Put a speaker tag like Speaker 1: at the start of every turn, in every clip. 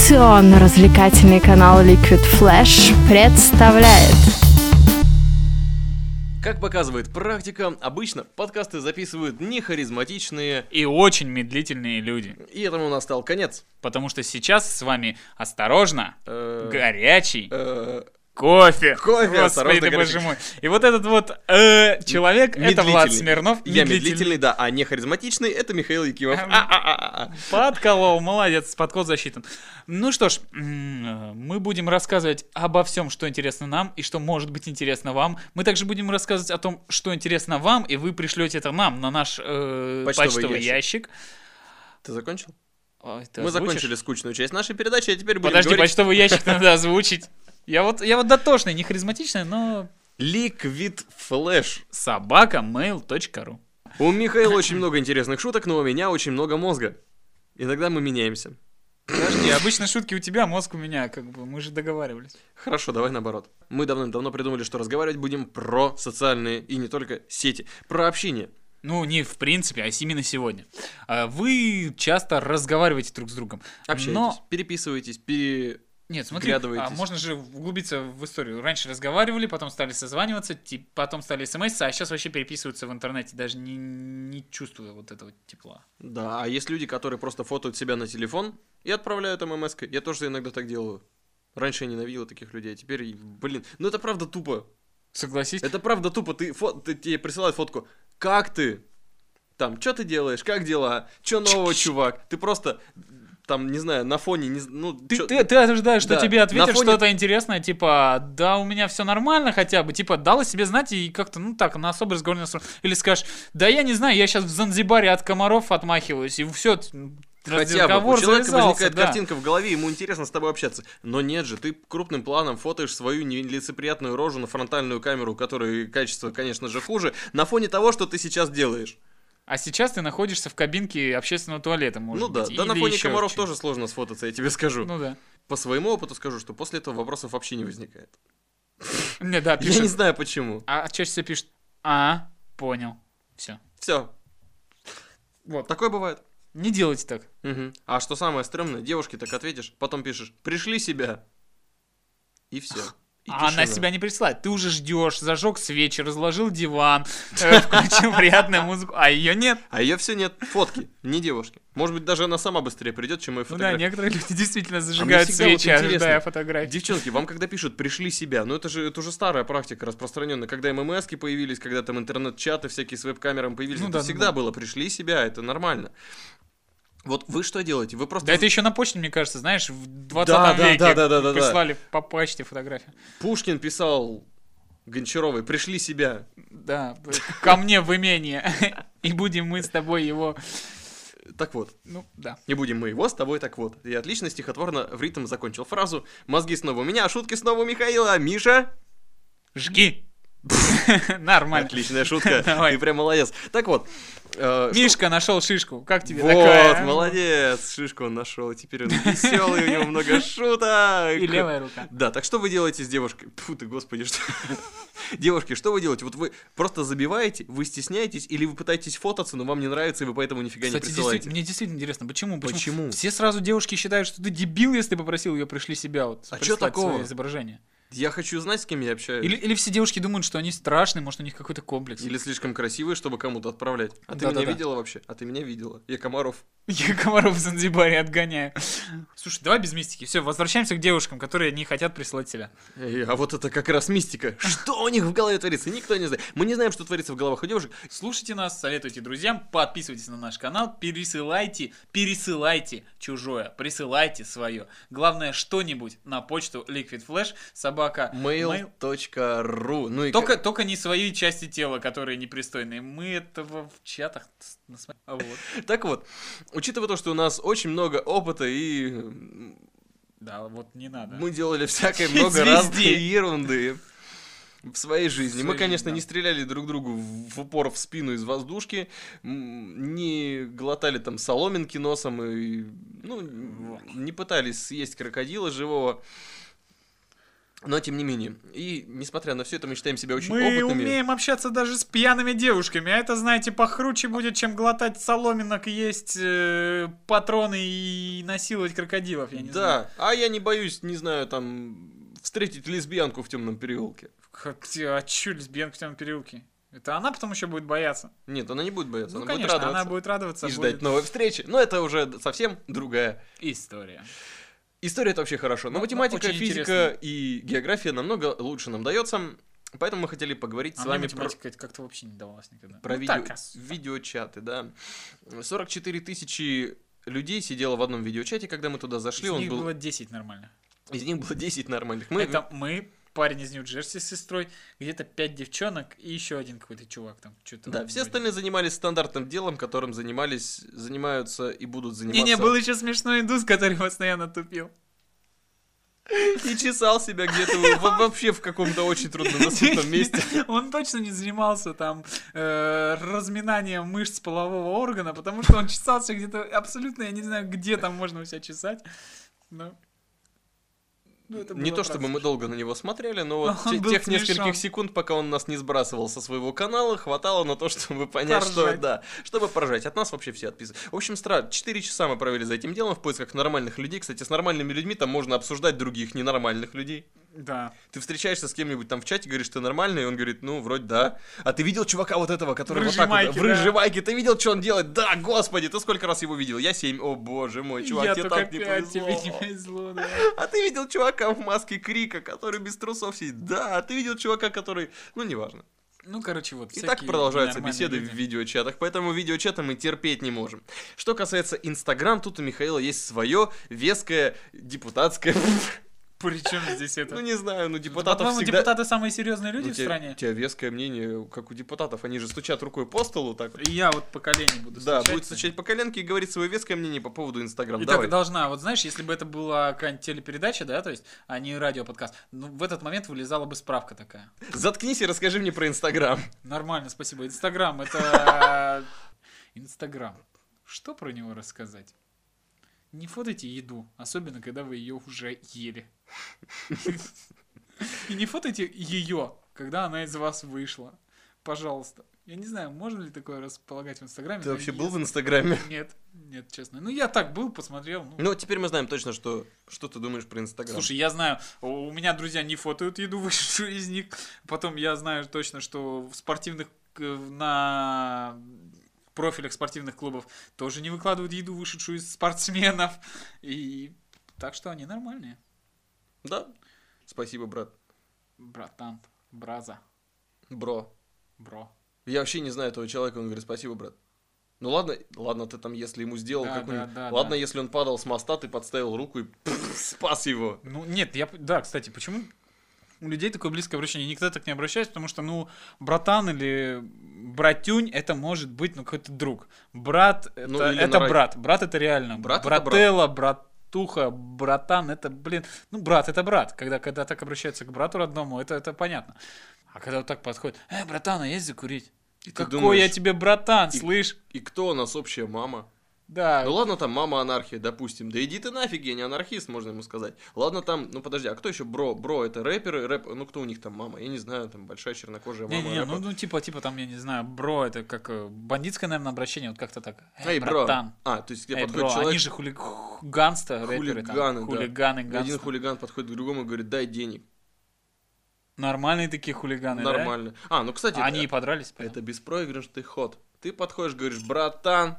Speaker 1: Информационно-развлекательный канал Liquid Flash представляет
Speaker 2: Как показывает практика, обычно подкасты записывают не харизматичные,
Speaker 3: и очень медлительные люди.
Speaker 2: и этому настал конец.
Speaker 3: Потому что сейчас с вами осторожно,
Speaker 2: Э,
Speaker 3: горячий
Speaker 2: э,
Speaker 3: кофе.
Speaker 2: кофе,
Speaker 3: Господи,
Speaker 2: осторожно,
Speaker 3: ты, боже
Speaker 2: горячий.
Speaker 3: мой. И вот этот вот э, человек, это Влад
Speaker 2: медлительный.
Speaker 3: Смирнов,
Speaker 2: Я медлительный, да, а не харизматичный, это Михаил Якимов.
Speaker 3: Эм.
Speaker 2: А-а-а-а.
Speaker 3: Подколол, молодец, подкол засчитан. Ну что ж, м, э, мы будем рассказывать обо всем, что интересно нам и что может быть интересно вам. Мы также будем рассказывать о том, что интересно вам, и вы пришлете это нам на наш э,
Speaker 2: Почтовый
Speaker 3: почтовый,
Speaker 2: ящик.
Speaker 3: ящик.
Speaker 2: Ты закончил?
Speaker 3: Ой, ты
Speaker 2: Мы
Speaker 3: озвучишь?
Speaker 2: закончили скучную часть нашей передачи, а теперь будем
Speaker 3: Подожди,
Speaker 2: говорить...
Speaker 3: почтовый ящик надо озвучить. Я вот, я вот дотошный, не харизматичный, но
Speaker 2: Liquid Flash.
Speaker 3: собака mail.ru.
Speaker 2: У Михаила очень много интересных шуток, но у меня очень много мозга. Иногда мы меняемся.
Speaker 3: Подожди, обычно шутки у тебя, а мозг у меня, как бы, мы же договаривались.
Speaker 2: Хорошо, давай наоборот. Мы давным-давно придумали, что разговаривать будем про социальные и не только сети, про общение.
Speaker 3: Ну, не в принципе, а именно сегодня. А Вы часто разговариваете друг с другом.
Speaker 2: Общаетесь,
Speaker 3: Но...
Speaker 2: переписываетесь, пере...
Speaker 3: Нет, смотри,
Speaker 2: Вглядываетесь.
Speaker 3: а можно же углубиться в историю. Раньше разговаривали, потом стали созваниваться, ти- потом стали смс, а сейчас вообще переписываются в интернете, даже не, не чувствуя вот этого тепла.
Speaker 2: Да, а есть люди, которые просто фотоют себя на телефон и отправляют ммс -кой. Я тоже иногда так делаю. Раньше я ненавидел таких людей, а теперь, блин, ну это правда тупо.
Speaker 3: Согласись?
Speaker 2: Это правда тупо. Ты, фо- ты- тебе присылают фотку. Как ты? Там, что ты делаешь? Как дела? Че нового, чувак? Ты просто, там, не знаю, на фоне, не, з- ну,
Speaker 3: Ты,
Speaker 2: чё-
Speaker 3: ты, ты ожидаешь, что
Speaker 2: Да,
Speaker 3: тебе ответят
Speaker 2: на фоне-
Speaker 3: что-то интересное, типа, да, у меня все нормально хотя бы, типа, дала себе знать и как-то, ну так, на особый разговор не настроен. Или скажешь, да я не знаю, я сейчас в Занзибаре от комаров отмахиваюсь, и все,
Speaker 2: Хотя бы у человека возникает
Speaker 3: да.
Speaker 2: картинка в голове, ему интересно с тобой общаться. Но нет же, ты крупным планом фотоешь свою нелицеприятную рожу на фронтальную камеру, у которой качество, конечно же, хуже, на фоне того, что ты сейчас делаешь.
Speaker 3: А сейчас ты находишься в кабинке общественного туалета, может
Speaker 2: ну да,
Speaker 3: быть,
Speaker 2: да на
Speaker 3: или
Speaker 2: фоне
Speaker 3: ещё
Speaker 2: комаров
Speaker 3: чего.
Speaker 2: тоже сложно сфотаться, я тебе скажу.
Speaker 3: Ну да.
Speaker 2: По своему опыту скажу, что после этого вопросов вообще не возникает.
Speaker 3: Не, да,
Speaker 2: Я не
Speaker 3: пишет.
Speaker 2: знаю почему.
Speaker 3: А чаще всего пишет, а, понял, все.
Speaker 2: Все.
Speaker 3: Вот.
Speaker 2: Такое бывает.
Speaker 3: Не делайте так.
Speaker 2: Мгм. А что самое стрёмное, девушке так ответишь, потом пишешь, пришли себя. И все.
Speaker 3: А она себя не присылает. Ты уже ждешь, зажег свечи, разложил диван, э, включил приятную музыку, а ее нет.
Speaker 2: А ее все нет. Фотки, не девушки. Может быть, даже она сама быстрее придет, чем мои
Speaker 3: Ну да,
Speaker 2: фотографии.
Speaker 3: некоторые люди действительно зажигают
Speaker 2: А всегда вот
Speaker 3: свечи,
Speaker 2: интересно.
Speaker 3: ожидая фотографии.
Speaker 2: Девчонки, вам когда пишут «пришли себя», ну это же, это уже старая практика распространенная, когда ММСки появились, когда там интернет-чаты всякие с веб-камерами появились,
Speaker 3: Ну
Speaker 2: это
Speaker 3: да, ну
Speaker 2: всегда
Speaker 3: да.
Speaker 2: было «пришли себя», это нормально. Вот вы что делаете? Вы просто
Speaker 3: Да это еще на почте, мне кажется, знаешь, в 20
Speaker 2: Да, да,
Speaker 3: веке
Speaker 2: да, да, да, да, да.
Speaker 3: прислали по почте фотографию.
Speaker 2: Пушкин писал Гончаровой «пришли себя».
Speaker 3: Да, б- ко мне в имение, и будем мы с тобой его...
Speaker 2: Так вот,
Speaker 3: Ну, да.
Speaker 2: не будем мы его с тобой, так вот. Я отлично стихотворно в ритм закончил фразу. Мозги снова у меня, а шутки снова у Михаила. Миша,
Speaker 3: Жги! Нормально.
Speaker 2: отличная шутка,
Speaker 3: Давай.
Speaker 2: ты прям молодец. Так вот, э,
Speaker 3: Мишка нашел шишку. Как тебе
Speaker 2: Вот,
Speaker 3: такая?
Speaker 2: молодец, шишку он нашел, теперь он веселый, у него много шуток.
Speaker 3: И левая рука.
Speaker 2: Да, так что вы делаете с девушкой? Фу ты, господи, что... Девушки, что вы делаете? Вот вы просто забиваете, вы стесняетесь, или вы пытаетесь фототься, но вам не нравится, и вы поэтому нифига
Speaker 3: Кстати,
Speaker 2: не
Speaker 3: действи-
Speaker 2: присылаете?
Speaker 3: мне действительно интересно, почему, почему?
Speaker 2: Почему?
Speaker 3: Все сразу девушки считают, что ты дебил, если попросил ее пришли себя вот
Speaker 2: А
Speaker 3: прислать
Speaker 2: чё такого?
Speaker 3: своё изображение.
Speaker 2: Я хочу знать, с кем я общаюсь.
Speaker 3: Или, или все девушки думают, что они страшные, может, у них какой-то комплекс.
Speaker 2: Или слишком красивые, чтобы кому-то отправлять. А ты меня
Speaker 3: Да-да-да.
Speaker 2: видела вообще? А ты меня видела? Я Комаров.
Speaker 3: Я комаров в Занзибаре отгоняю. Слушай, давай без мистики. Все, возвращаемся к девушкам, которые не хотят присылать себя.
Speaker 2: Эй, а вот это как раз мистика. Что у них в голове творится? Никто не знает. Мы не знаем, что творится в головах у девушек.
Speaker 3: Слушайте нас, советуйте друзьям, подписывайтесь на наш канал, пересылайте, пересылайте чужое, присылайте свое. Главное, что-нибудь на почту Liquid Flash, собака mail-
Speaker 2: Mail.ru. Ну и
Speaker 3: Только, только не свои части тела, которые непристойные. Мы этого в чатах с- насма- А вот.
Speaker 2: Так вот, учитывая то, что у нас очень много опыта и м,
Speaker 3: Да, вот не надо.
Speaker 2: мы делали всякой
Speaker 3: Звезде.
Speaker 2: много разной ерунды в своей жизни.
Speaker 3: В
Speaker 2: Мы,
Speaker 3: своей
Speaker 2: конечно,
Speaker 3: жизни,
Speaker 2: не
Speaker 3: да.
Speaker 2: стреляли друг другу в в упор в спину из воздушки, м, не глотали там соломинки носом и ну,
Speaker 3: Вот.
Speaker 2: не пытались съесть крокодила живого. Но тем не менее. И несмотря на все это, мы считаем себя очень
Speaker 3: Мы
Speaker 2: опытными.
Speaker 3: умеем общаться даже с пьяными девушками, а это, знаете, похруче будет, чем глотать соломинок, есть э, патроны и насиловать крокодилов, я не знаю.
Speaker 2: Да, а я не боюсь, не знаю, там встретить лесбиянку в темном переулке.
Speaker 3: Как ты, а чё лесбиянка в темном переулке? Это она потом еще будет бояться.
Speaker 2: Нет, она не будет бояться,
Speaker 3: ну,
Speaker 2: она
Speaker 3: конечно,
Speaker 2: будет радоваться
Speaker 3: она будет радоваться.
Speaker 2: и
Speaker 3: будет-
Speaker 2: ждать новой встречи. Но это уже совсем другая
Speaker 3: История.
Speaker 2: история. Это вообще хорошо. Но
Speaker 3: Ну,
Speaker 2: математика,
Speaker 3: очень
Speaker 2: физика и география намного лучше нам дается, поэтому мы хотели поговорить
Speaker 3: А
Speaker 2: с
Speaker 3: мне
Speaker 2: вами про
Speaker 3: математика это как-то вообще не давалась никогда.
Speaker 2: про
Speaker 3: Ну,
Speaker 2: видео-
Speaker 3: так, а с-
Speaker 2: видеочаты, да. 44 тысячи людей сидело в одном видеочате, когда мы туда
Speaker 3: из
Speaker 2: зашли, он
Speaker 3: них
Speaker 2: был...
Speaker 3: было 10 нормально.
Speaker 2: Из них было 10 нормальных. Мы...
Speaker 3: Это мы, парень из Нью-Джерси с сестрой, где-то 5 девчонок и еще один какой-то чувак там. Что-то
Speaker 2: Да, все остальные занимались стандартным делом, которым занимались, занимаются и будут заниматься.
Speaker 3: Не-не, был еще смешной индус, который постоянно тупил.
Speaker 2: И чесал себя где-то во- во- вообще в каком-то очень труднодоступном месте.
Speaker 3: Он точно не занимался там э, разминанием мышц полового органа, потому что он чесался где-то абсолютно, я не знаю, где там можно у себя чесать. Но... Ну, это
Speaker 2: Не
Speaker 3: было
Speaker 2: то чтобы
Speaker 3: правда
Speaker 2: мы долго на него смотрели, но вот
Speaker 3: Но он
Speaker 2: те-
Speaker 3: был
Speaker 2: тех
Speaker 3: смешон.
Speaker 2: нескольких секунд, пока он нас не сбрасывал со своего канала, хватало на то, чтобы понять, что
Speaker 3: Поржать.
Speaker 2: да, чтобы поржать. От нас вообще все отписывают. В общем, страшно. 4 часа мы провели за этим делом в поисках нормальных людей. Кстати, с нормальными людьми там можно обсуждать других ненормальных людей.
Speaker 3: смешно. Да.
Speaker 2: Ты встречаешься с кем-нибудь там в чате, говоришь, ты нормальный, и он говорит, ну, вроде да. А ты видел чувака вот этого, который
Speaker 3: В
Speaker 2: вот так вот,
Speaker 3: рыжей майке,
Speaker 2: в рыжей
Speaker 3: да.
Speaker 2: майке, ты видел, что он делает? Да, господи, ты сколько раз его видел? Я семь, о боже мой, чувак,
Speaker 3: я
Speaker 2: тебе
Speaker 3: только
Speaker 2: так не
Speaker 3: пять,
Speaker 2: повезло.
Speaker 3: тебе не повезло, да.
Speaker 2: А ты видел чувака в маске Крика, который без трусов сидит? Да, а ты видел чувака, который... Ну, неважно.
Speaker 3: Ну, короче,
Speaker 2: И
Speaker 3: вот. всякие
Speaker 2: так продолжаются
Speaker 3: нормальные
Speaker 2: беседы
Speaker 3: люди.
Speaker 2: в видеочатах, поэтому видеочаты мы терпеть не можем. Что касается Инстаграм, тут у Михаила есть свое веское депутатское...
Speaker 3: Причем здесь это?
Speaker 2: Ну, не знаю, ну,
Speaker 3: Да,
Speaker 2: депутатов
Speaker 3: по-моему,
Speaker 2: всегда...
Speaker 3: депутаты самые серьезные люди
Speaker 2: Ну,
Speaker 3: в
Speaker 2: те-
Speaker 3: стране.
Speaker 2: У тебя веское мнение, как у депутатов. Они же стучат рукой по столу так. вот.
Speaker 3: И Я вот по колени буду
Speaker 2: Да,
Speaker 3: стучать.
Speaker 2: будет стучать по коленке и говорить свое веское мнение по поводу Инстаграма.
Speaker 3: И
Speaker 2: Давай.
Speaker 3: так должна, вот знаешь, если бы это была какая-нибудь телепередача, да, то есть, а не радиоподкаст, ну, в этот момент вылезала бы справка такая.
Speaker 2: Заткнись и расскажи мне про Инстаграм.
Speaker 3: Нормально, спасибо. Инстаграм, это... Инстаграм. Что про него рассказать? Не фотайте еду, особенно когда вы ее уже ели. И не фотайте ее, когда она из вас вышла. Пожалуйста. Я не знаю, можно ли такое располагать в Инстаграме.
Speaker 2: Ты
Speaker 3: но
Speaker 2: вообще
Speaker 3: я-
Speaker 2: был в Инстаграме?
Speaker 3: Нет, нет, честно. Ну, я так был, посмотрел. ну,
Speaker 2: Ну, теперь мы знаем точно, что, что ты думаешь про Инстаграм.
Speaker 3: Слушай, я знаю, у у меня друзья не фотают еду, вышедшую из них. Потом я знаю точно, что в спортивных э, на профилях спортивных клубов тоже не выкладывают еду, вышедшую из спортсменов. И так что они нормальные.
Speaker 2: Да? Спасибо, брат.
Speaker 3: Братан, браза,
Speaker 2: Бро.
Speaker 3: бро.
Speaker 2: Я вообще не знаю этого человека, он говорит, спасибо, брат. Ну ладно, ладно, ты там, если ему сделал
Speaker 3: Да,
Speaker 2: какую-нибудь...
Speaker 3: да, да,
Speaker 2: ладно,
Speaker 3: да.
Speaker 2: если он падал с моста, ты подставил руку и пф, спас его.
Speaker 3: Ну, нет, я... п- Да, кстати, почему у людей такое близкое обращение? Никто так не обращается, потому что, ну, братан или братюнь, это может быть, ну, какой-то друг. Брат — это,
Speaker 2: Ну, или
Speaker 3: это
Speaker 2: на ра-
Speaker 3: брат. Брат — это реально.
Speaker 2: Брат это брат.
Speaker 3: Брателла, братуха, братан — это, блин... Ну, брат — это брат. Когда, когда так обращаются к брату родному, это, это понятно. А когда вот так подходит, э, братан, а есть закурить?
Speaker 2: И ты
Speaker 3: Какой я
Speaker 2: думаешь,
Speaker 3: тебе братан,
Speaker 2: И-
Speaker 3: слышь?
Speaker 2: И кто у нас общая мама?
Speaker 3: Да.
Speaker 2: Ну ладно, там мама анархия, допустим. Да иди ты нафиг, я не анархист, можно ему сказать. Ладно, там, ну подожди, а кто еще бро? Бро, это рэперы, рэп, ну кто у них там мама? Я не знаю, там большая чернокожая мама.
Speaker 3: Не-не-не,
Speaker 2: рэпа.
Speaker 3: ну, ну, типа, типа там, я не знаю, бро, это как э, бандитское, наверное, обращение, вот как-то так.
Speaker 2: Эй, бро.
Speaker 3: э, братан.
Speaker 2: А, то есть к тебе
Speaker 3: Эй,
Speaker 2: подходит
Speaker 3: бро,
Speaker 2: человек,
Speaker 3: они же хули... ганста, рэперы там.
Speaker 2: Хулиганы, да.
Speaker 3: Хулиганы,
Speaker 2: один
Speaker 3: гангста.
Speaker 2: хулиган подходит к другому и говорит, дай денег.
Speaker 3: Нормальные такие хулиганы, да?
Speaker 2: Нормально. А, ну кстати,
Speaker 3: А Они и
Speaker 2: это,
Speaker 3: подрались. потом?
Speaker 2: это беспроигрышный ход. Ты подходишь, говоришь, братан,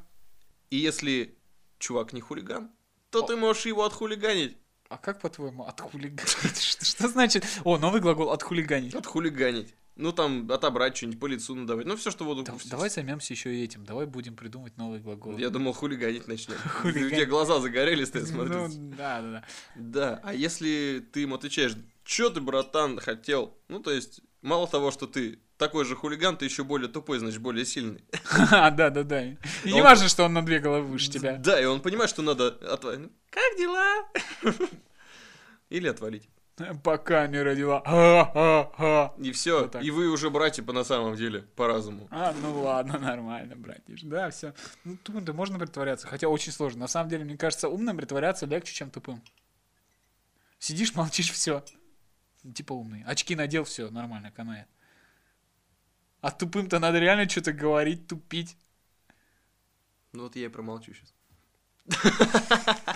Speaker 2: и если чувак не хулиган, то
Speaker 3: О.
Speaker 2: ты можешь его отхулиганить.
Speaker 3: А как по-твоему отхулиганить? Что, что значит? О, новый глагол отхулиганить.
Speaker 2: Отхулиганить. Ну там отобрать что-нибудь, по лицу надавать. Ну все, что вот...
Speaker 3: Да- давай займемся еще и этим. Давай будем придумывать новые глаголы.
Speaker 2: Я думал, хулиганить начнем. У
Speaker 3: Хулиганить.
Speaker 2: тебя глаза загорелись, ты
Speaker 3: Ну,
Speaker 2: смотрю.
Speaker 3: да, да, да.
Speaker 2: Да, а если ты ему отвечаешь, чё ты, братан, хотел? Ну, то есть, мало того, что ты такой же хулиган, ты еще более тупой, значит, более сильный.
Speaker 3: Ха-ха, Да, да, да. И не
Speaker 2: Он-
Speaker 3: важно, что он на две головы выше тебя.
Speaker 2: Да, и он понимает, что надо отвалить. Как дела? Или отвалить.
Speaker 3: Пока не родила. Ха-ха-ха.
Speaker 2: И все.
Speaker 3: Вот так.
Speaker 2: и вы уже братья по на самом деле, по разуму.
Speaker 3: А, ну ладно, нормально, братиш. Да, все. Ну, тупым то можно притворяться, хотя очень сложно. На самом деле, мне кажется, умным притворяться легче, чем тупым. Сидишь, молчишь, все. Типа умный. Очки надел, все, нормально, канает. А тупым-то надо реально что-то говорить, тупить.
Speaker 2: Ну вот я и промолчу сейчас.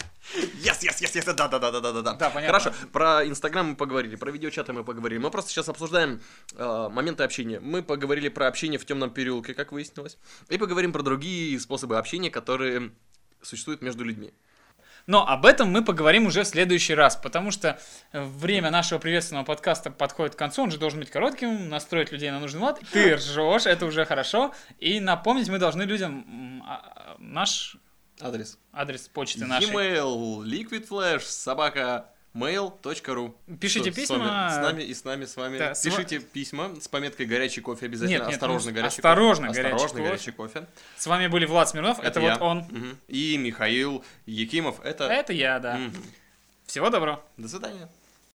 Speaker 2: Yes, yes, yes, yes, да, да, да, да, да, да, да.
Speaker 3: Да, понятно.
Speaker 2: Хорошо, про Инстаграм мы поговорили, про видеочаты мы поговорили. Мы просто сейчас обсуждаем э, моменты общения. Мы поговорили про общение в темном переулке, как выяснилось. И поговорим про другие способы общения, которые существуют между людьми.
Speaker 3: Но об этом мы поговорим уже в следующий раз, потому что э, время нашего приветственного подкаста подходит к концу, он же должен быть коротким, настроить людей на нужный лад. Ты ржешь, это уже хорошо. И напомнить мы должны людям м, а, а, наш
Speaker 2: Адрес.
Speaker 3: адрес почты нашей.
Speaker 2: Email liquidflash собака mail.ru
Speaker 3: Пишите
Speaker 2: С вами-
Speaker 3: письма.
Speaker 2: С нами и с нами, с вами.
Speaker 3: Да, с-
Speaker 2: Пишите письма с пометкой горячий кофе
Speaker 3: Нет,
Speaker 2: обязательно.
Speaker 3: нет,
Speaker 2: Осторожно,
Speaker 3: нужно-
Speaker 2: горячий
Speaker 3: осторожно,
Speaker 2: кофе.
Speaker 3: горячий
Speaker 2: Осторожно,
Speaker 3: кофе.
Speaker 2: горячий кофе.
Speaker 3: С вами были Влад Смирнов, это,
Speaker 2: я.
Speaker 3: вот он. Э?
Speaker 2: Мгм. И Михаил Якимов. Это...
Speaker 3: Это я, да.
Speaker 2: Мгм.
Speaker 3: Всего доброго.
Speaker 2: До свидания.